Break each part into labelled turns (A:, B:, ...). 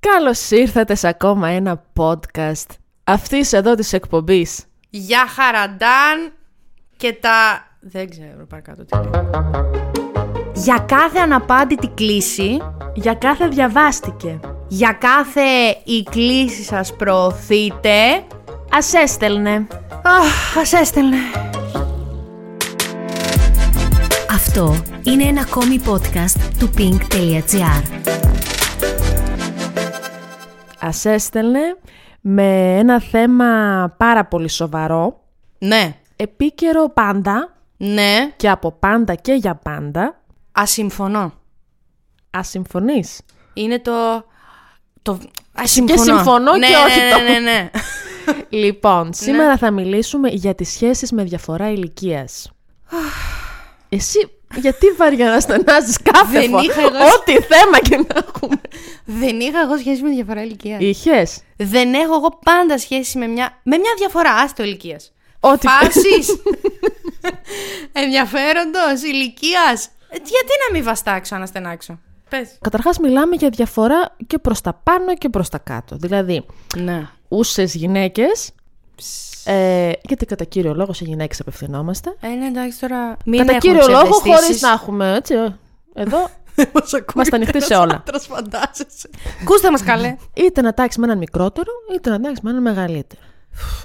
A: Καλώς ήρθατε σε ακόμα ένα podcast αυτής εδώ της εκπομπής.
B: Γεια χαραντάν και τα... Δεν ξέρω παρακάτω τι λέει. Για κάθε αναπάντητη κλίση,
A: Για κάθε διαβάστηκε.
B: για κάθε η κλίση σας προωθείτε...
A: Ας έστελνε.
B: Αχ, ας έστελνε.
C: Αυτό είναι ένα ακόμη podcast του pink.gr.
A: Ας έστελνε με ένα θέμα πάρα πολύ σοβαρό,
B: Ναι,
A: επίκαιρο πάντα
B: ναι,
A: και από πάντα και για πάντα.
B: ασυμφωνώ.
A: Ας συμφωνείς.
B: Είναι το... το...
A: Και συμφωνώ
B: ναι,
A: και όχι
B: ναι,
A: το-
B: ναι, ναι, ναι.
A: Λοιπόν, σήμερα θα μιλήσουμε για τις σχέσεις με διαφορά ηλικίας. Εσύ γιατί βαριαναστανάζεις κάθε
B: Δεν
A: φορά,
B: είχα εγώ-
A: ό,τι θέμα και να έχουμε.
B: Δεν είχα εγώ σχέση με διαφορά ηλικίας.
A: Ε. Είχες,
B: Δεν έχω εγώ πάντα σχέση με μια, με μια διαφορά άστο ηλικίας.
A: Ό,τι-
B: Φάση. Ενδιαφέροντος ηλικίας. Ε, Γιατί να μην βαστάξω, αναστενάξω. Πες.
A: Καταρχάς μιλάμε για διαφορά και προς τα πάνω και προς τα κάτω. Δηλαδή,
B: Ναι.
A: ούσες γυναίκες, ε, γιατί κατά κύριο λόγο σε γυναίκες απευθυνόμαστε.
B: Ε, ναι, εντάξει τώρα. Μην
A: κατά κύριο λόγο χωρίς να έχουμε, έτσι, ε, εδώ, Είμαστε ανοιχτοί σε όλα.
B: φαντάζεσαι. Κούστε μας καλέ.
A: είτε να τάξει με έναν μικρότερο, είτε να τάξει με έναν μεγαλύτερο.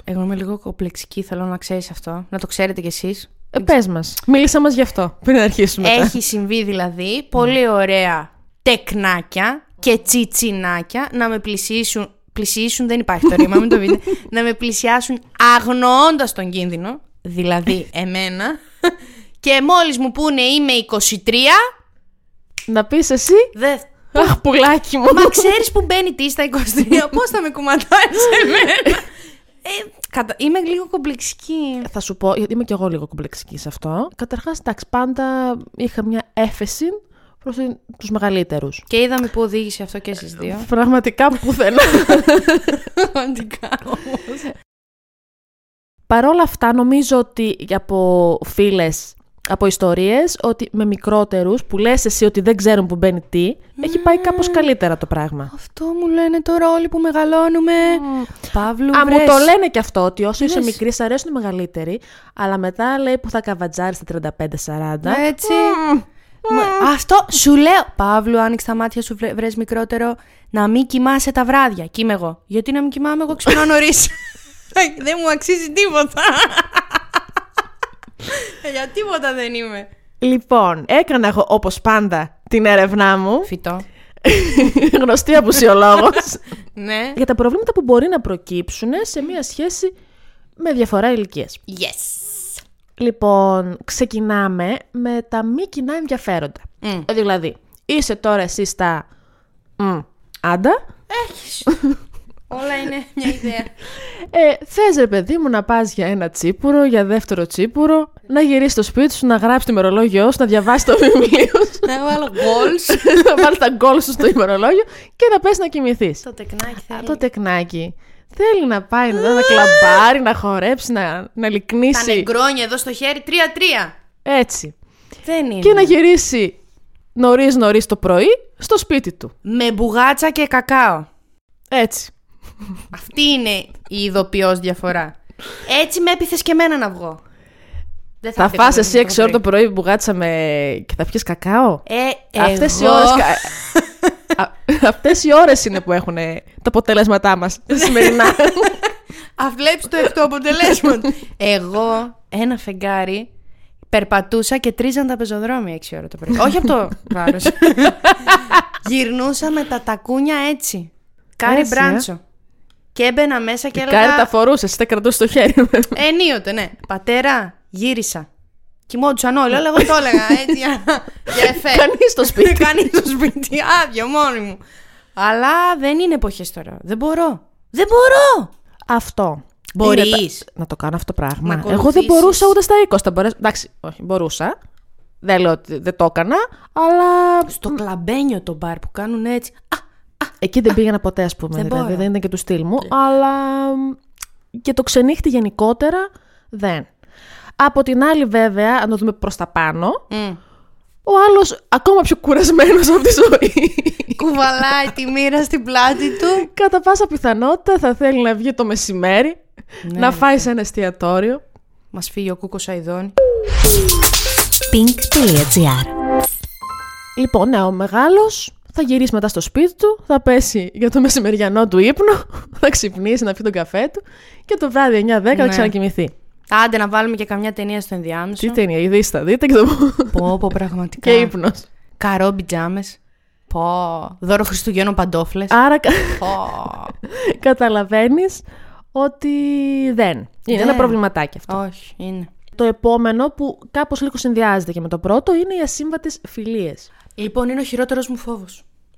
B: Εγώ είμαι λίγο κοπλεξική, θέλω να ξέρεις αυτό. Να το ξέρετε κι εσείς.
A: Ε, πες μας, Ε, μίλησα μας γι' αυτό πριν αρχίσουμε. τα-
B: Έχει συμβεί δηλαδή πολύ ωραία τεκνάκια και τσιτσινάκια να με πλησιάσουν. Πλησιάσουν, δεν υπάρχει το ρήμα, μην το πείτε. να με πλησιάσουν αγνοώντα τον κίνδυνο, δηλαδή εμένα. και μόλις μου πούνε είμαι 23,
A: Να πεις εσύ,
B: δεν.
A: αχ πουλάκι μου.
B: Μα ξέρεις που μπαίνει τι στα 23, πώς θα με κουματάει εμένα. Ε, κατα... Είμαι λίγο κομπλεξική.
A: Θα σου πω, γιατί είμαι κι εγώ λίγο κομπλεξική σε αυτό. Καταρχάς, εντάξει, πάντα είχα μια έφεση προς τους μεγαλύτερους.
B: Και είδαμε που οδήγησε αυτό και εσείς δύο.
A: Πραγματικά πουθενά.
B: Αντικά όμως.
A: Παρ' όλα αυτά, νομίζω ότι από φίλες, από ιστορίες, ότι με μικρότερους που λες εσύ ότι δεν ξέρουν που μπαίνει τι, έχει πάει κάπως καλύτερα το πράγμα.
B: Αυτό μου λένε τώρα όλοι που μεγαλώνουμε. Παύλου,
A: Α, μου
B: βρες.
A: το λένε και αυτό, ότι όσο είσαι
B: Βρες.
A: μικρή, σ' αρέσουν οι μεγαλύτεροι, αλλά μετά λέει που θα καβατζάρεις στα 35-40.
B: Ναι, Έτσι. Μα- Αυτό σου λέω. Παύλου, άνοιξε τα μάτια σου, βρε βρες μικρότερο. Να μην κοιμάσαι τα βράδια. Κι είμαι εγώ. Γιατί να μην κοιμάμαι, εγώ ξυπνάω νωρίς. δεν μου αξίζει τίποτα. Ε, Για τίποτα δεν είμαι.
A: Λοιπόν, έκανα εγώ όπως πάντα την έρευνά μου.
B: Φυτό.
A: γνωστή απουσιολόγος.
B: Ναι.
A: για τα προβλήματα που μπορεί να προκύψουν σε μία σχέση με διαφορά ηλικίας.
B: Yes.
A: Λοιπόν, ξεκινάμε με τα μη κοινά ενδιαφέροντα.
B: Μμ.
A: Δηλαδή, είσαι τώρα εσύ στα. μ, άντα.
B: Όλα είναι μια ιδέα.
A: Ε, Θες ρε παιδί μου να πας για ένα τσίπουρο, για δεύτερο τσίπουρο, να γυρίσεις στο σπίτι σου, να γράψεις το ημερολόγιο σου, να διαβάσεις το βιβλίο σου,
B: Να βάλω goals.
A: να βάλεις τα γκολ σου στο ημερολόγιο και να πες να κοιμηθείς.
B: Το τεκνάκι
A: Α, το τεκνάκι. Θέλει να πάει να, να κλαμπάρει, να χορέψει, να, να
B: Τα
A: λυκνήσει.
B: νεγκρόνια εδώ στο χέρι, τρία-τρία.
A: Έτσι.
B: Δεν είναι.
A: Και να γυρίσει νωρίς νωρίς το πρωί στο σπίτι του.
B: Με μπουγάτσα και κακάο.
A: Έτσι.
B: Αυτή είναι η ειδοποιώς διαφορά. Έτσι με έπιθες και εμένα να βγω. Δεν
A: Θα
B: έφταιγα
A: φας
B: να
A: εσύ
B: βγω
A: 6 ώρα το πρωί μπουγάτσα με... και θα πιεις κακάο.
B: Ε,
A: Αυτές οι
B: εγώ-
A: ώρες... κα- Α, Αυτές οι ώρες είναι που έχουν ε, τα αποτέλεσματά μας
B: Ναι.
A: σημερινά.
B: Α, βλέπεις το εκ του αποτελέσματος. εγώ ένα φεγγάρι περπατούσα και τρίζαν τα πεζοδρόμια 6 ώρα το πρωί. Όχι από το βάρος. Γυρνούσα με τα τακούνια έτσι. Κάρι
A: Έτσι, ε.
B: μπράντσο. Και έμπαινα μέσα και έλεγα...
A: Κάρι τα φορούσες, εσύ τα κρατούσες στο χέρι.
B: Ενίοτε, ναι. Πατέρα, γύρισα. Κοιμόντουσαν όλοι, αλλά εγώ το έλεγα έτσι για, για εφέ.
A: Κανείς στο σπίτι.
B: Κανείς στο σπίτι, άδεια, μόνη μου. Αλλά δεν είναι εποχές τώρα. Δεν μπορώ. Δεν μπορώ!
A: Αυτό.
B: Μπορείς.
A: Είναι τα- Να το κάνω αυτό το
B: Να
A: πράγμα. Εγώ δεν
B: ακολουθήσεις.
A: μπορούσα ούτε στα 20. Θα μπορέσω- Εντάξει, όχι, μπορούσα. Δεν λέω ότι δεν το έκανα, αλλά.
B: Στο κλαμπένιο το μπαρ που κάνουν έτσι. Α,
A: Εκεί δεν πήγαινα ποτέ, ας πούμε.
B: δεν
A: δηλαδή,
B: μπορώ. Ναι.
A: δεν ήταν και του στυλ μου. Αλλά. μ, και το ξενύχτη γενικότερα δεν. Από την άλλη, βέβαια, αν το δούμε προς τα πάνω, Ο άλλος ακόμα πιο κουρασμένος από τη ζωή.
B: Κουβαλάει τη μοίρα στην πλάτη του.
A: Κατά πάσα πιθανότητα θα θέλει να βγει το μεσημέρι,
B: Ναι,
A: να φάει σε ένα εστιατόριο.
B: Μας φύγει ο κούκος Αϊδόνη.
C: pink.gr
A: Λοιπόν, ναι, ο μεγάλος θα γυρίσει μετά στο σπίτι του, θα πέσει για το μεσημεριανό του ύπνο, θα ξυπνήσει να πιει τον καφέ του και το βράδυ 9-10 θα
B: Ναι.
A: ξανακοιμηθεί.
B: Άντε να βάλουμε και καμιά ταινία στο ενδιάμεσο.
A: Τι ταινία, ειδήσει θα δείτε και το.
B: Πω, πω, πραγματικά.
A: και ύπνος.
B: Καρό πιτζάμε. Πω. Δώρο Χριστουγέννων παντόφλες.
A: Άρα
B: Πω.
A: καταλαβαίνεις ότι δεν. Είναι
B: Δεν.
A: ένα προβληματάκι αυτό.
B: Όχι, είναι.
A: Το επόμενο που κάπως λίγο συνδυάζεται και με το πρώτο είναι οι ασύμβατες φιλίες.
B: Λοιπόν, είναι ο χειρότερος μου φόβος.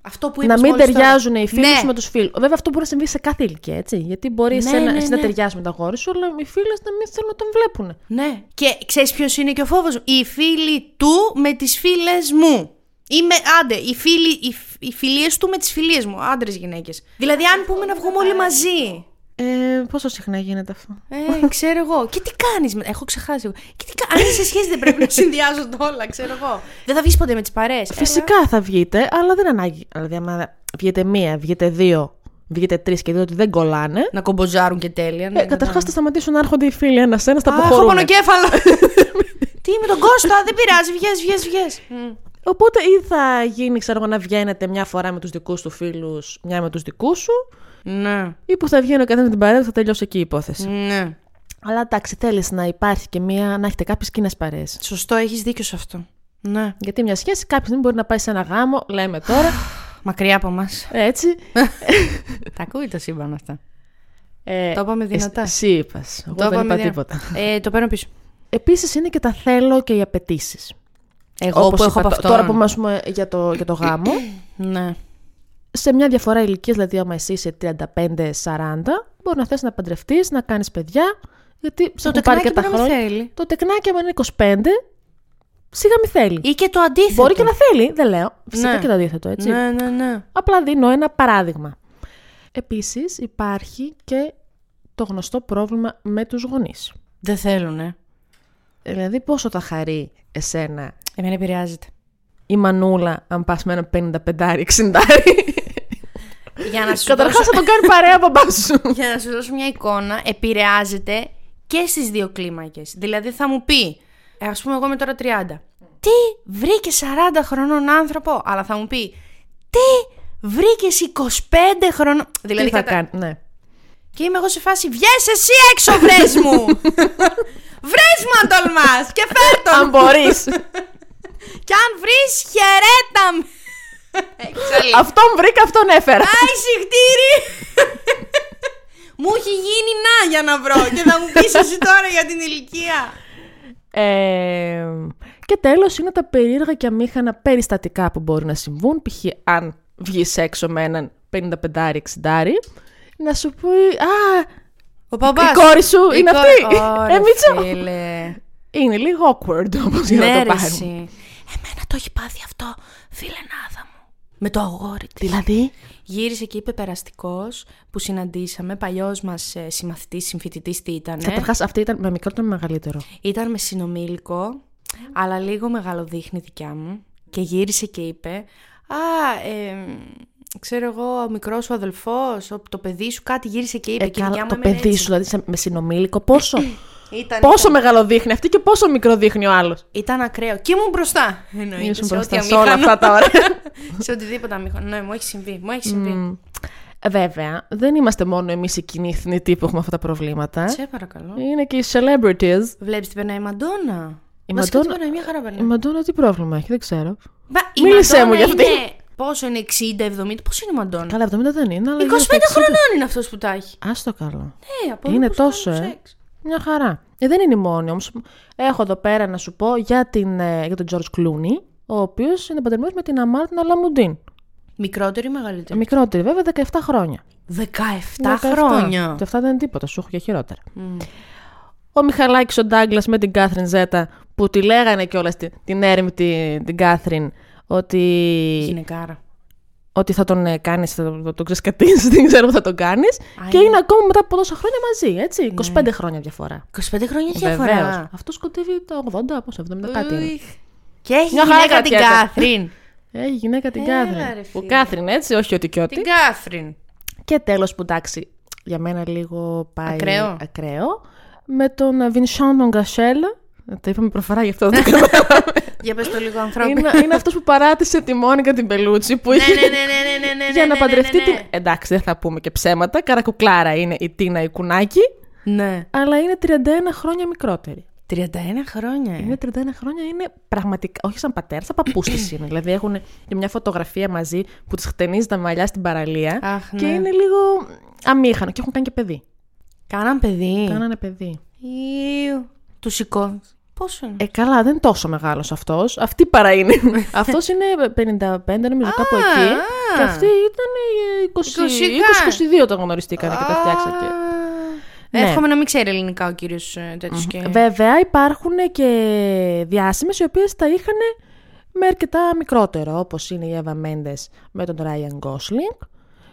B: Αυτό που
A: Να
B: είπες
A: μην
B: μόλις τώρα.
A: ταιριάζουν οι φίλοι
B: Ναι.
A: σου με τους φίλους. Βέβαια, αυτό μπορεί να συμβεί σε κάθε ηλικία, έτσι. Γιατί μπορεί
B: Ναι,
A: σε ένα-
B: ναι,
A: εσύ να
B: ναι.
A: ταιριάζει με τα γόρι σου, αλλά οι φίλε να μην θέλουν να τον βλέπουν.
B: Ναι. Και ξέρεις ποιος είναι και ο φόβος μου. Οι φίλοι του με τις φίλες μου. Είμαι, άντε, οι, φίλοι, οι, φ- οι φιλίες του με τις φιλίες μου. Άντρες, γυναίκες. Δηλαδή, αν πούμε να βγούμε όλοι μαζί.
A: Ε, πόσο συχνά γίνεται αυτό.
B: Ε, ξέρω εγώ. Και τι κάνεις. Έχω ξεχάσει εγώ. Και τι, κα- αν είσαι σε σχέση, δεν πρέπει να συνδυάζονται όλα, ξέρω εγώ. Δεν θα βγεις ποτέ με Ε, τις παρέες.
A: Φυσικά θα βγείτε, αλλά δεν ανάγκη. Δηλαδή, άμα βγείτε μία, βγείτε δύο, βγείτε τρεις και δείτε ότι δεν κολλάνε.
B: Να κομποζάρουν και τέλεια. ναι,
A: Ε, Καταρχάς θα σταματήσουν να έρχονται οι φίλοι ένα-ένα, θα
B: Α, έχω
A: αποχωρούν.
B: πονοκέφαλο. τι με τον Κώστα, δεν πειράζει. Βγες, βγες, βγες.
A: Οπότε ή θα γίνει, ξέρω εγώ, να βγαίνετε μια φορά με τους δικούς του φίλους, μια με τους δικούς σου,
B: Ναι,
A: ή που θα βγαίνει ο καθένας με την παρέα του, θα τελειώσει εκεί η υπόθεση.
B: ναι.
A: Αλλά εντάξει, θέλεις να υπάρχει και μια, να έχετε κάποιες κοινέ παρέες.
B: Σωστό, έχεις δίκιο σε αυτό. Ναι.
A: Γιατί μια σχέση κάποια στιγμή μπορεί να πάει σε ένα γάμο, λέμε τώρα,
B: Μακριά από μας.
A: έτσι.
B: Τα ακούει το σύμπαν αυτά.
A: Ε,
B: Το είπαμε δυνατά.
A: Εσύ είπας. Εγώ δεν είπα τίποτα.
B: Ε, το παίρνω πίσω.
A: Επίσης είναι και τα θέλω και οι απαιτήσεις.
B: Εγώ
A: Όπως
B: που έχω
A: είπα,
B: από
A: τ-
B: αυτό.
A: Τώρα που μας πούμε για το, για το γάμο,
B: Ναι.
A: σε μια διαφορά ηλικίας, δηλαδή άμα εσύ είσαι 35-40, μπορεί να θες να παντρευτείς, να κάνεις παιδιά, γιατί σε έχουν πάρει
B: τεκνάκι
A: και τα
B: μπορεί να μην
A: χρόνια.
B: θέλει.
A: Το τεκνάκι άμα είναι 25, σίγα μη θέλει.
B: Ή και το αντίθετο.
A: Μπορεί και να θέλει, δεν λέω. Φυσικά
B: Ναι.
A: και το αντίθετο, έτσι.
B: Ναι, ναι, ναι.
A: Απλά δίνω ένα παράδειγμα. Επίσης υπάρχει και το γνωστό πρόβλημα με τους γονείς.
B: Δεν θέλουνε.
A: Δηλαδή πόσο θα χαρεί εσένα
B: Εμένα επηρεάζεται.
A: η μανούλα αν πας με ένα 55-60.
B: Για να σου
A: Καταρχάς θα τον κάνει παρέα μπαμπάς σου.
B: Για να σου δώσω μια εικόνα, επηρεάζεται και στις δύο κλίμακες. Δηλαδή θα μου πει, ας πούμε, εγώ είμαι τώρα 30. Τι βρήκε 40 χρονών άνθρωπο, αλλά θα μου πει, Τι βρήκε 25 χρονών. Δηλαδή
A: Τι θα
B: κατα-
A: κάνει, ναι.
B: Και είμαι εγώ σε φάση, βγες εσύ έξω, βρες μου! βρες μου αν τολμάς και φέρ τον!
A: Αν μπορείς.
B: και αν βρεις, χαιρέτα με! Εξαλείφθη.
A: αυτόν βρήκα, αυτόν έφερα.
B: Άι, συχτήρι! μου έχει γίνει να για να βρω και θα μου πεις εσύ τώρα για την ηλικία.
A: Ε, και τέλος είναι τα περίεργα και αμήχανα περιστατικά που μπορεί να συμβούν. Π.χ. αν βγεις έξω με έναν 55-60, να σου πει «Α,
B: Ο παπάς.
A: Η κόρη σου
B: Η
A: είναι
B: κόρη-
A: αυτή.
B: Ωρε,
A: Ε, Μίτσο.
B: φίλε.
A: Είναι λίγο awkward όμως για
B: Ναι,
A: να
B: ρε,
A: το
B: εσύ.
A: πάρουμε.
B: Εμένα το έχει πάθει αυτό, φίλε Νάδα μου. Με το αγόρι της.
A: Δηλαδή,
B: Γύρισε και είπε περαστικός που συναντήσαμε, παλιός μας ε, συμμαθητής, συμφοιτητής τι ήταν.
A: καταρχάς αυτή ήταν με μικρότερο ή με μεγαλύτερο.
B: Ήταν με συνομήλικο, αλλά λίγο μεγαλοδείχνη δικιά μου. Και γύρισε και είπε, Α, ε, ξέρω εγώ, ο μικρός σου αδελφός, το παιδί σου, κάτι γύρισε και είπε.
A: Ε,
B: και η
A: καλά,
B: δικιά μου
A: το
B: έμενε
A: παιδί
B: έτσι.
A: σου, δηλαδή σε- με συνομήλικο, πόσο,
B: Ήταν,
A: πόσο μεγάλο δείχνει αυτή και πόσο μικρό δείχνει ο άλλος.
B: ήταν ακραίο. Και ήμουν μπροστά. Εννοείται.
A: Ήσουν
B: σε
A: μπροστά
B: ό,τι
A: σε όλα
B: αμήχανο.
A: αυτά τα ωραία.
B: σε οτιδήποτε αμήχανο. Ναι, μου έχει συμβεί. Μου έχει συμβεί.
A: Ε, Βέβαια, δεν είμαστε μόνο εμείς οι κοινοί θνητοί που έχουμε αυτά τα προβλήματα.
B: Σε παρακαλώ.
A: Είναι και οι celebrities.
B: Βλέπεις τι περνάει η Μαντόνα.
A: Η
B: Βασικά
A: Μαντόνα-
B: τι περνάει, μια χαρά
A: Η
B: περνάει.
A: Μαντώνα τι πρόβλημα έχει, δεν ξέρω.
B: Μπα, η
A: Μίλησέ
B: Μαντόνα
A: μου για αυτή.
B: είναι- Πόσο είναι, 60-70, πόσο είναι η Μαντόνα.
A: Καλά, 70 δεν είναι, αλλά.
B: 25
A: γύρω στα 60.
B: χρονών είναι αυτός που τα έχει.
A: Άστο καλό.
B: Ε, από
A: Είναι
B: εδώ πώς
A: τόσο,
B: κάνουν
A: ε.
B: σεξ.
A: Μια χαρά. Ε, δεν είναι η μόνη όμως. Έχω εδώ πέρα να σου πω για, την, ε, για τον George Clooney, ο οποίος είναι παντρεμένος με την Αμάρτιν Αλαμουντίν.
B: Μικρότερη ή μεγαλύτερη.
A: Μικρότερη βέβαια, 17 χρόνια.
B: 17,
A: 17.
B: χρόνια.
A: Και αυτά δεν είναι τίποτα, σου έχω και χειρότερα. Ο Μιχαλάκης ο Ντάγκλας με την Κάθριν Ζέτα, που τη λέγανε κιόλας την, την έρημη την, την Κάθριν, ότι,
B: Γυναικάρα.
A: ότι θα τον ε, κάνεις, θα τον- θα τον ξεσκατήσεις, δεν ξέρω θα τον κάνεις. και
B: είναι.
A: είναι ακόμα μετά από τόσα χρόνια μαζί,
B: Ναι.
A: έτσι, 25 χρόνια διαφορά.
B: 25 χρόνια έχει
A: Βεβαίως.
B: αφορά.
A: Αυτό σκοτεύει τα 80, πόσο 70 κάτι είναι.
B: Και έχει
A: Μια χαρά
B: γυναίκα
A: κάτι
B: την
A: έκανε.
B: Κάθριν.
A: Ε, η γυναίκα την
B: Έλα, ρε,
A: Κάθριν.
B: φίλε.
A: Ο Κάθριν, έτσι, όχι ότι και
B: την
A: ότι.
B: Κάθριν.
A: Και τέλος που εντάξει, για μένα λίγο πάει
B: Ακραίο.
A: ακραίο, με τον Βινσάν τον Γκασέλ. Τα είπαμε προφορά γι' αυτό δεν το κάναμε.
B: Για πες το λίγο ανθρώπινο.
A: είναι, είναι αυτός που παράτησε τη Μόνικα την Πελούτσι που είχε.
B: ναι, ναι, ναι, ναι, ναι, ναι, ναι,
A: για
B: ναι,
A: να
B: ναι,
A: παντρευτεί
B: ναι, ναι.
A: την. Εντάξει, δεν θα πούμε και ψέματα. Καρακουκλάρα είναι η Τίνα η κουνάκι,
B: Ναι.
A: αλλά είναι 31 χρόνια μικρότερη.
B: 31 χρόνια. ε.
A: Είναι 31 χρόνια, είναι πραγματικά. Όχι σαν πατέρας, σαν παππούς της είναι. Δηλαδή έχουν και μια φωτογραφία μαζί που τη χτενίζει τα μαλλιά στην παραλία.
B: Αχ,
A: Και
B: ναι.
A: είναι λίγο αμήχανο. Και έχουν κάνει και παιδί.
B: Κάναν παιδί.
A: Κάνανε παιδί.
B: Ιου. Τους σηκώ. Πόσο είναι.
A: Ε, καλά, δεν είναι τόσο μεγάλος αυτός. Αυτή παρά είναι. αυτός είναι 55, νομίζω, κάπου εκεί. Και αυτή ε, ήταν 20, 20-22 όταν γνωριστήκανε και τα φτιάξατε. Ναι.
B: Εύχομαι να μην ξέρει ελληνικά ο κύριος τέτοιο. Και...
A: Βέβαια, υπάρχουν και διάσημες οι οποίες τα είχαν με αρκετά μικρότερο, όπως είναι η Εύα Μέντες με τον Ράιαν Γκόσλινγκ,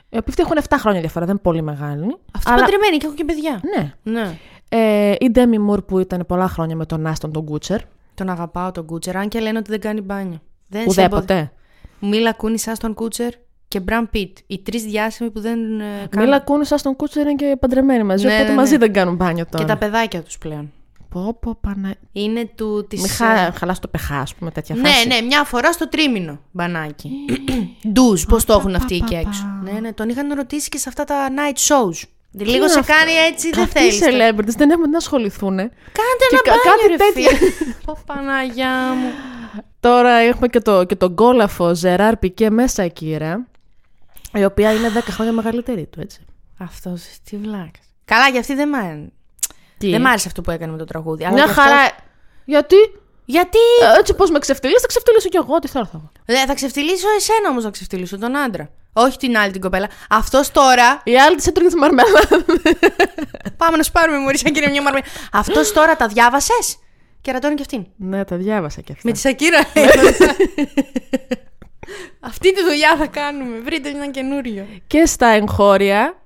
A: οι οποίοι έχουν 7 χρόνια διαφορά, δεν είναι πολύ μεγάλη.
B: Αυτή Αλλά... παντρεμένη και έχω και παιδιά.
A: Ναι.
B: Ναι.
A: Ε, η Ντέμι Μουρ που ήταν πολλά χρόνια με τον Άστον τον
B: Ε,
A: Κούτσερ,
B: Τον αγαπάω τον Κούτσερ, αν και λένε ότι δεν κάνει μπάνιο. Δεν σε εμποδι-
A: ουδέποτε.
B: Μίλα Κούνης, Άστον Κούτσερ και Μπραν Πιτ. Οι τρεις διάσημοι που δεν ε, κάνουν.
A: Μίλα Κούνης, Άστον Κούτσερ είναι και παντρεμένοι μαζί,
B: Ναι,
A: οπότε
B: ναι,
A: μαζί
B: ναι.
A: δεν κάνουν μπάνιο τώρα.
B: Και τα παιδάκια τους πλέον.
A: Πω, πω, πανα...
B: Είναι του της.
A: Μη χα... χαλάς το πεχά, ας πούμε, τέτοια
B: Ναι,
A: φάση.
B: ναι, μια φορά στο τρίμηνο μπανάκι. Ντουζ, πώς το έχουν αυτοί εκεί
A: πα,
B: έξω.
A: πα.
B: Ναι, ναι, τον είχαν ρωτήσει και σε αυτά τα night shows. Λίγο
A: είναι
B: σε
A: αυτό?
B: κάνει έτσι, δεν
A: Αυτοί οι
B: θέλει. Κάντε
A: celebrities δεν έχουν να ασχοληθούν.
B: ένα
A: κα- κάτι
B: μπάνιο, κάτι
A: τέτοιο.
B: ρε φίλε. Πω, Παναγιά μου.
A: Τώρα έχουμε και, το, και τον κόλαφο Ζεράρ Πικέ μέσα, κύρα. Η οποία είναι 10 χρόνια μεγαλύτερη του, έτσι.
B: Αυτός τι βλάκας. Καλά, για αυτή δεν μ' άρεσε.
A: Τι?
B: Δεν μ' άρεσε αυτό που έκανε με το τραγούδι. αλλά
A: Μια
B: γι' αυτό-
A: χαρά. Γιατί.
B: Γιατί.
A: ε, Έτσι πώς με ξεφτυλίσει, θα ξεφτυλίσω κι εγώ. Τι θέλω. θα έχω.
B: Ε, θα ξεφτυλίσω εσένα όμως, θα ξεφτυλίσω τον άντρα. Όχι την άλλη την κοπέλα. Αυτός τώρα.
A: Η άλλη της έτρωγε τη μαρμελάδα.
B: Πάμε να σου πάρουμε, Μωρή, σαν κύριε μια μαρμέ. Αυτός τώρα τα διάβασες. Κερατώνει και αυτήν.
A: ναι, τα διάβασα κι αυτά.
B: Με τη Σακύρα. Αυτή τη δουλειά θα κάνουμε. Βρείτε ένα καινούριο.
A: Και στα εγχώρια,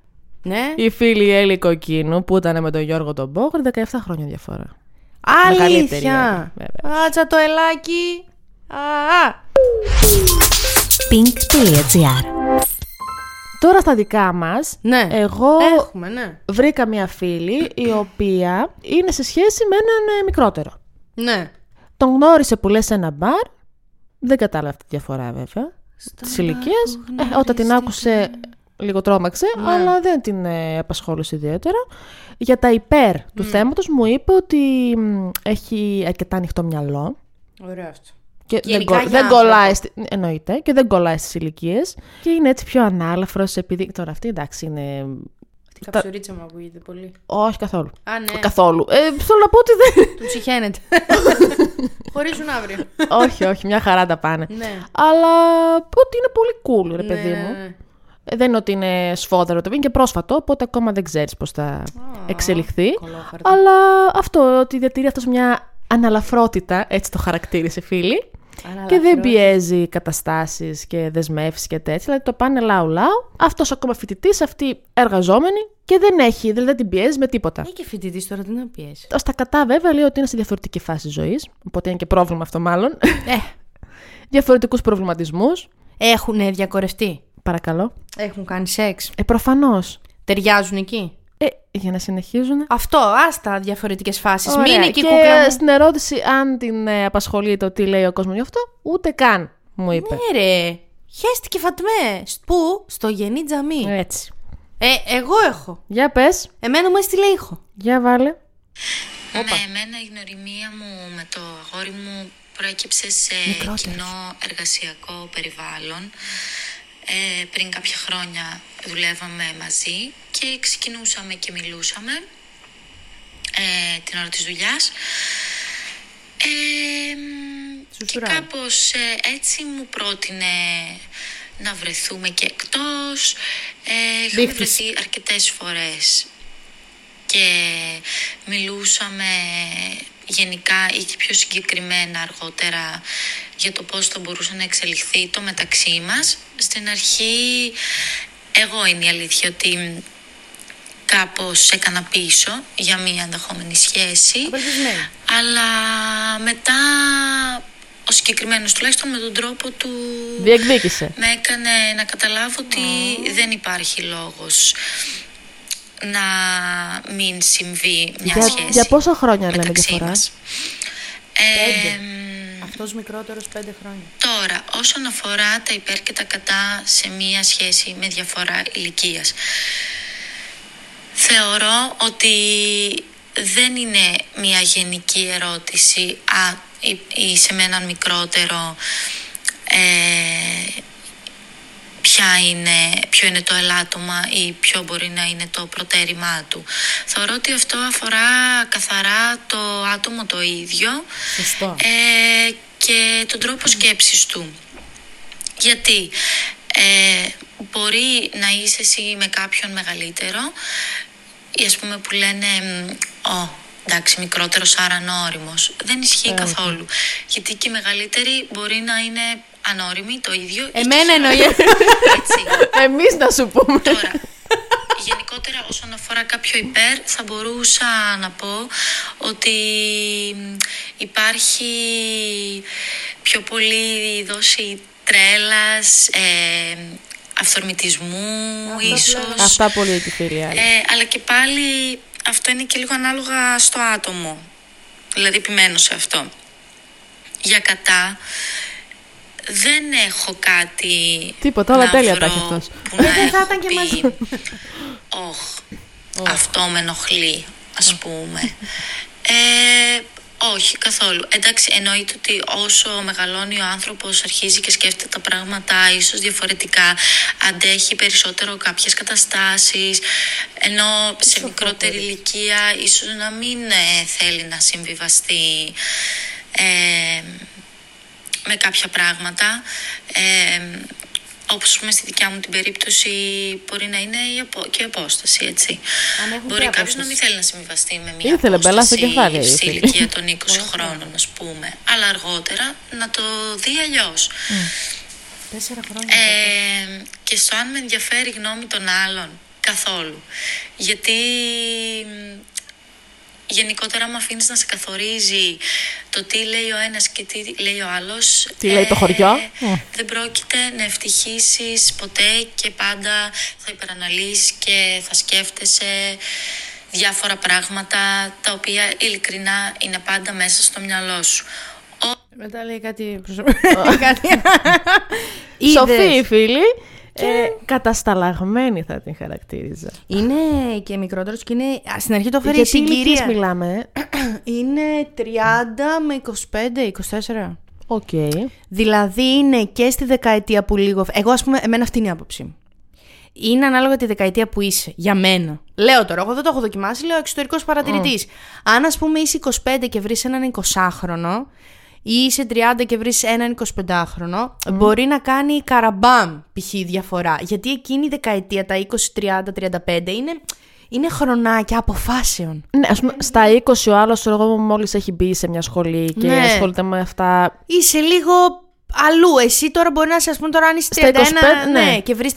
B: Ναι.
A: η φίλη Έλλη Κοκκίνου που ήταν με τον Γιώργο τον Μπόγκρι, 17 χρόνια διαφορά. μεγαλύτερη,
B: Αλήθεια.
A: βέβαια.
B: Άτσα το ελάκι. Α, α.
C: pink.gr.
A: Τώρα στα δικά μας,
B: Ναι.
A: εγώ
B: Έχουμε, ναι.
A: βρήκα μια φίλη η οποία είναι σε σχέση με έναν ε, μικρότερο.
B: Ναι.
A: Τον γνώρισε που λες σε ένα μπαρ. Δεν κατάλαβε τη διαφορά βέβαια. Της ηλικίας. Ε, όταν την άκουσε, λίγο τρόμαξε,
B: Ναι.
A: αλλά δεν την ε, απασχόλησε ιδιαίτερα. Για τα υπέρ
B: Ναι.
A: του θέματος μου είπε ότι μ, έχει αρκετά ανοιχτό μυαλό.
B: Ωραίο αυτό.
A: Και δεν,
B: γενικά
A: κο-
B: για
A: δεν
B: άνθρωπο.
A: κολλάει. στη- ε, Εννοείται. Και δεν κολλάει στις ηλικίες. Και είναι έτσι πιο ανάλαφρος, επειδή. Τώρα αυτή εντάξει είναι.
B: Την καψουρίτσα μου ακούγεται πολύ.
A: Όχι καθόλου.
B: Α, ναι.
A: Καθόλου. Ε, θέλω να πω ότι δεν.
B: Του ψυχαίνεται. Χωρίζουν αύριο.
A: όχι, όχι, μια χαρά τα πάνε.
B: Ναι.
A: Αλλά ότι είναι πολύ cool, ρε παιδί
B: Ναι,
A: μου.
B: ναι, ναι.
A: Ε, Δεν είναι ότι είναι σφόδερο το είναι και πρόσφατο, οπότε ακόμα δεν ξέρεις πώς θα εξελιχθεί.
B: κολόχαρτο.
A: Αλλά αυτό, ότι διατηρεί αυτός μια αναλαφρότητα, έτσι το χαρακτήρισε φίλοι. Και δεν πιέζει καταστάσεις και δεσμεύσεις και τέτοια. Δηλαδή το πάνε λαού λαού. Αυτός ακόμα φοιτητής, αυτή εργαζόμενη και δεν έχει, δηλαδή δεν την πιέζει με τίποτα.
B: Είναι Ε, και φοιτητής τώρα, τι να πιέσει.
A: Στα κατά βέβαια λέει ότι είναι σε διαφορετική φάση ζωής, οπότε είναι και πρόβλημα αυτό μάλλον.
B: Ε,
A: Διαφορετικούς προβληματισμούς.
B: έχουν διακορευτεί.
A: Παρακαλώ.
B: Έχουν κάνει σεξ.
A: Ε, προφανώς.
B: Ταιριάζουν εκεί.
A: Ε, για να συνεχίζουν.
B: Αυτό, άστα διαφορετικές φάσεις.
A: Ωραία.
B: Μην εκεί
A: και
B: κούκλα.
A: ε,
B: μου.
A: στην ερώτηση αν την ε, απασχολεί το τι λέει ο κόσμος γι' αυτό, ούτε καν μου είπε.
B: Ναι, ρε. Χαίστηκε φατμέ. Σ- Πού? Στο γενή τζαμί. Ε.
A: Έτσι.
B: εγώ έχω.
A: Για πες,
B: Εμένα μου έστειλε ήχο.
A: για βάλε.
D: Ναι, εμένα η γνωριμία μου με το αγόρι μου προέκυψε σε κοινό εργασιακό περιβάλλον. Ε, πριν κάποια χρόνια δουλεύαμε μαζί και ξεκινούσαμε και μιλούσαμε ε, την ώρα της δουλειάς. Ε, μ, και
B: Σουξουράει.
D: κάπως ε, έτσι μου πρότεινε να βρεθούμε και εκτός. Ε, είχαμε
B: Δείχτης.
D: βρεθεί αρκετές φορές και μιλούσαμε γενικά ή και πιο συγκεκριμένα αργότερα για το πώς θα μπορούσε να εξελιχθεί το μεταξύ μας. Στην αρχή εγώ είναι η αλήθεια ότι κάπως έκανα πίσω για μία ενδεχόμενη σχέση.
B: Απελπισμένη.
D: Αλλά μετά ο συγκεκριμένος τουλάχιστον με τον τρόπο του
A: Διεκδίκησε.
D: με έκανε να καταλάβω ότι δεν υπάρχει λόγος να μην συμβεί μια
A: Για,
D: σχέση
A: για πόσα χρόνια λέμε
D: μεταξύ
A: διαφορά.
D: μας. Ε,
B: Αυτός μικρότερος πέντε χρόνια.
D: Τώρα, όσον αφορά τα υπέρ και τα κατά σε μία σχέση με διαφορά ηλικίας, θεωρώ ότι δεν είναι μία γενική ερώτηση «Α, εί- είσαι με έναν μικρότερο, ε, ποια είναι, ποιο είναι το ελάττωμα ή ποιο μπορεί να είναι το προτέρημά του». Θεωρώ ότι αυτό αφορά καθαρά το άτομο το ίδιο
B: Σωστό.
D: ε, και τον τρόπο σκέψης του. Γιατί ε, μπορεί να είσαι εσύ με κάποιον μεγαλύτερο ή ας πούμε που λένε μ, «Ω, εντάξει, μικρότερος άρα ανώριμος». Δεν ισχύει καθόλου.
B: ναι.
D: Γιατί και οι μεγαλύτεροι μπορεί να είναι ανώριμοι το ίδιο. ή
B: Εμένα
D: χειρότερο,
B: εννοεί.
D: έτσι.
A: Εμείς να σου πούμε.
D: Τώρα, γενικότερα όσον αφορά κάποιο υπέρ, θα μπορούσα να πω ότι μ, υπάρχει πιο πολύ δόση τρέλας, ε, αυθορμητισμού ίσως.
A: Αυτά πολύ εκεί φίλια.
D: Ε, αλλά και πάλι αυτό είναι και λίγο ανάλογα στο άτομο. Δηλαδή επιμένω σε αυτό. Για κατά δεν έχω κάτι
A: Τίποτα, όλα
D: να
A: τέλεια
D: βρω
A: τα έχεις αυτός.
D: που να
B: δεν Ε, θα
D: έχω
B: ήταν και
D: πει,
B: μαζί.
D: «Ωχ, αυτό με ενοχλεί, ας πούμε. Ε, όχι, καθόλου. Εντάξει, εννοείται ότι όσο μεγαλώνει ο άνθρωπος αρχίζει και σκέφτεται τα πράγματα ίσως διαφορετικά, αντέχει περισσότερο κάποιες καταστάσεις, ενώ σε μικρότερη ηλικία ίσως να μην ε, θέλει να συμβιβαστεί ε, με κάποια πράγματα. Ε, όπως πούμε στη δικιά μου την περίπτωση μπορεί να είναι η απο- και η απόσταση, έτσι.
B: Αν έχουν
D: Μπορεί
B: και
D: κάποιος να
B: απόσταση.
D: μην θέλει να συμβιβαστεί με μια
A: Ήθελε μπελά στο
D: απόσταση
A: κεφάλι, η
D: στη
A: φίλη.
D: ηλικία των 20 χρόνων, ας πούμε. Αλλά αργότερα να το δει αλλιώς.
B: Τέσσερα χρόνια.
D: Ε, και στο αν με ενδιαφέρει η γνώμη των άλλων, καθόλου. Γιατί μ, γενικότερα άμα αφήνεις να σε καθορίζει το τι λέει ο ένας και τι λέει ο άλλος ε,
A: Τι λέει το χωριό. Mm.
D: δεν πρόκειται να ευτυχήσεις ποτέ και πάντα θα υπεραναλύσεις και θα σκέφτεσαι διάφορα πράγματα τα οποία ειλικρινά είναι πάντα μέσα στο μυαλό σου.
B: Μετά λέει κάτι προσωπικό. κάτι.
A: Σοφή η φίλη. Ε, κατασταλαγμένη θα την χαρακτήριζα.
B: Είναι και μικρότερος και είναι. α, Στην αρχή το φέρει η
A: Γιατί ηλικίες
B: συγκυρία.
A: μιλάμε. ε?
B: Είναι 30 με 25, 24.
A: Οκ.
B: Δηλαδή είναι και στη δεκαετία που λίγο. Εγώ, ας πούμε, εμένα αυτή είναι η άποψή μου. Είναι ανάλογα τη δεκαετία που είσαι, για μένα. Λέω τώρα, εγώ δεν το έχω δοκιμάσει, λέω εξωτερικός παρατηρητής. Αν, ας πούμε, είσαι 25 και βρεις έναν 20χρονο, ή είσαι 30 και βρεις έναν 25χρονο, μπορεί να κάνει καραμπάμ π.χ. η διαφορά. Γιατί εκείνη η δεκαετία, τα 20, 30, 35, είναι, είναι χρονάκια αποφάσεων.
A: Ναι, ας πούμε, στα 20 ο άλλος εγώ μόλις έχει μπει σε μια σχολή και
B: Ναι.
A: ασχολείται με αυτά
B: είσαι λίγο αλλού. Εσύ τώρα μπορεί να είσαι, ας πούμε, τώρα αν είσαι
A: Στα
B: 31
A: 25, ναι.
B: και βρεις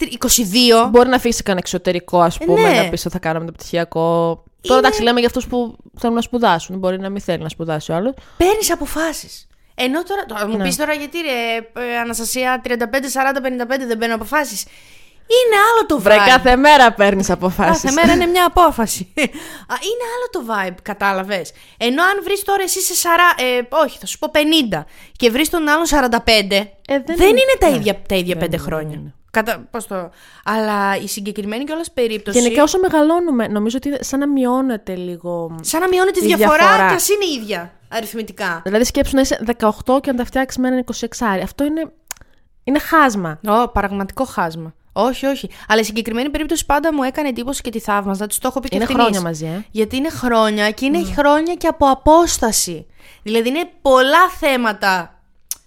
B: 22.
A: Μπορεί να φύγει κανένα εξωτερικό, ας πούμε,
B: ναι.
A: να πει ότι θα κάνω μεταπτυχιακό. Τώρα εντάξει, λέμε για αυτούς που θέλουν να σπουδάσουν. Μπορεί να μην θέλει να σπουδάσει ο άλλος.
B: Παίρνεις αποφάσεις. Ενώ τώρα. τώρα
A: Ναι.
B: μου πεις τώρα γιατί ρε, ε, Αναστασία 35, 40, 55 δεν παίρνω αποφάσεις. Είναι άλλο το vibe.
A: Βρε, κάθε μέρα παίρνεις αποφάσεις.
B: Κάθε μέρα είναι μια απόφαση. Α, είναι άλλο το vibe, κατάλαβες. Ενώ αν βρεις τώρα εσύ σε 40. Ε, όχι, θα σου πω 50. Και βρεις τον άλλον 45.
A: Ε,
B: δεν
A: δεν
B: είναι,
A: είναι-
B: τα
A: ναι,
B: ίδια, τα ίδια
A: δεν
B: πέντε
A: είναι,
B: χρόνια.
A: δεν είναι.
B: Κατά, πώς το... Αλλά η συγκεκριμένη κιόλας περίπτωση.
A: Γενικά, όσο μεγαλώνουμε, νομίζω ότι είναι σαν να μειώνεται λίγο.
B: Σαν να μειώνει τη
A: Η
B: διαφορά,
A: διαφορά.
B: κι ας είναι ίδια αριθμητικά.
A: Δηλαδή, σκέψου να είσαι 18 και να τα φτιάξεις με έναν 26. Αυτό είναι, είναι χάσμα.
B: Ω, πραγματικό χάσμα. Όχι, όχι. Αλλά η συγκεκριμένη περίπτωση πάντα μου έκανε εντύπωση και τη θαύμαζα. Της το έχω πει και
A: Είναι
B: ευθυνής.
A: χρόνια μαζί, ε.
B: Γιατί είναι χρόνια και είναι χρόνια και από απόσταση. Δηλαδή είναι πολλά θέματα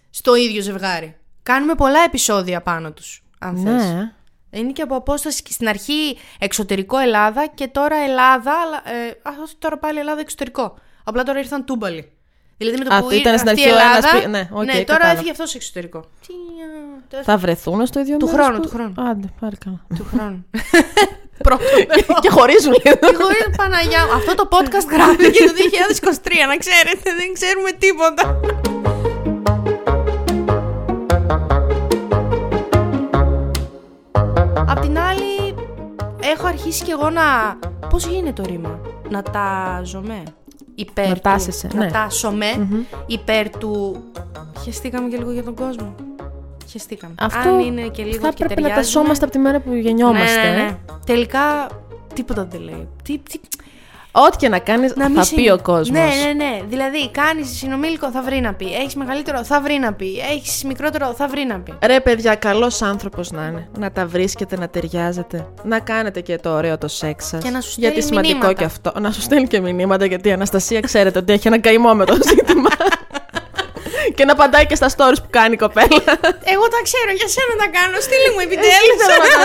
B: στο ίδιο ζευγάρι. Κάνουμε πολλά επεισόδια πάνω τους, αν θες.
A: Ναι.
B: Είναι και από απόσταση και στην αρχή εξωτερικό Ελλάδα και τώρα Ελλάδα, αλλά. Ε, α, όχι, τώρα πάλι Ελλάδα εξωτερικό. Απλά τώρα ήρθαν τούμπαλοι. Δηλαδή με το
A: Α,
B: που
A: ήταν
B: ήρθε
A: στην
B: αυτή η
A: αρχή ο ένας
B: Ελλάδα.
A: πει- ναι, οκ,
B: τώρα
A: κατάλαβα.
B: έφυγε αυτός εξωτερικό. Τι. α, τώρα-
A: Θα βρεθούν στο ίδιο
B: Του
A: μέρος
B: χρόνου, του χρόνου.
A: Άντε, πάλι καλά.
B: Του χρόνου. Πρώτο.
A: και χωρίζουν λίγο.
B: Χωρί Παναγιά. μου. Αυτό το podcast γράφτηκε το 2023, να ξέρετε. Δεν ξέρουμε τίποτα. την άλλη έχω αρχίσει κι εγώ να... Πώς γίνεται το ρήμα? Να τα ζωμέ. Υπέρ
A: Να
B: του-
A: τάσεσαι,
B: να
A: ναι.
B: τάσομαι υπέρ του... Χεστήκαμε και λίγο για τον κόσμο. Χεστήκαμε.
A: Αυτό
B: Αν είναι και λίγο
A: θα
B: και
A: πρέπει να
B: ταιριάζουμε-
A: τασσόμαστε από τη μέρα που γεννιόμαστε.
B: Ναι, ναι, ναι. Τελικά τίποτα δεν λέει. Τι, τι,
A: Ό,τι και να κάνεις,
B: να μην
A: θα
B: συν-
A: πει ο κόσμος.
B: Ναι, ναι, ναι. Δηλαδή, κάνεις συνομήλικο, θα βρει να πει. Έχεις μεγαλύτερο, θα βρει να πει. Έχεις μικρότερο, θα βρει να πει.
A: Ρε παιδιά, καλός άνθρωπος να είναι. Να τα βρίσκετε, να ταιριάζετε. Να κάνετε και το ωραίο το σεξ σας.
B: Και να σου στέλνει
A: Γιατί σημαντικό
B: μηνύματα.
A: και αυτό. Να σου στέλνει και μηνύματα, γιατί η Αναστασία ξέρετε ότι έχει ένα καημό με το ζήτημα. και να απαντάει και στα stories που κάνει η κοπέλα.
B: Εγώ τα ξέρω, για σένα τα κάνω. Στείλει μου
A: Εσύ θέλω
B: επιτέλου.
A: να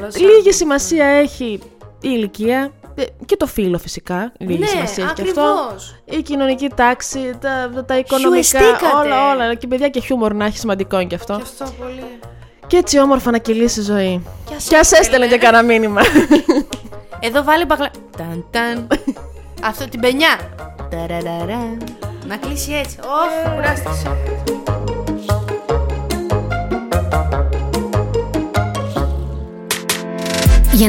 A: τα δεις. και λίγη σημασία έχει η ηλικία. ε, Και το φίλο φυσικά. Λίγη
B: Ναι,
A: σημασία έχει και αυτό.
B: ακριβώς.
A: Η κοινωνική τάξη, τα, τα οικονομικά.
B: Χιουεστήκατε.
A: Όλα, όλα. Και παιδιά και χιούμορ να έχει σημαντικό είναι και αυτό.
B: Και αυτό πολύ.
A: Και έτσι όμορφα να κυλήσει η ζωή.
B: Κι ας
A: Κι ας έστελνε και κανένα μήνυμα.
B: Εδώ βάλει μπαγλα. Ταν, ταν. αυτό την πενιά. Ταραραρα. Να κλείσει έτσι. Ωχ, κουράστησα.
C: Για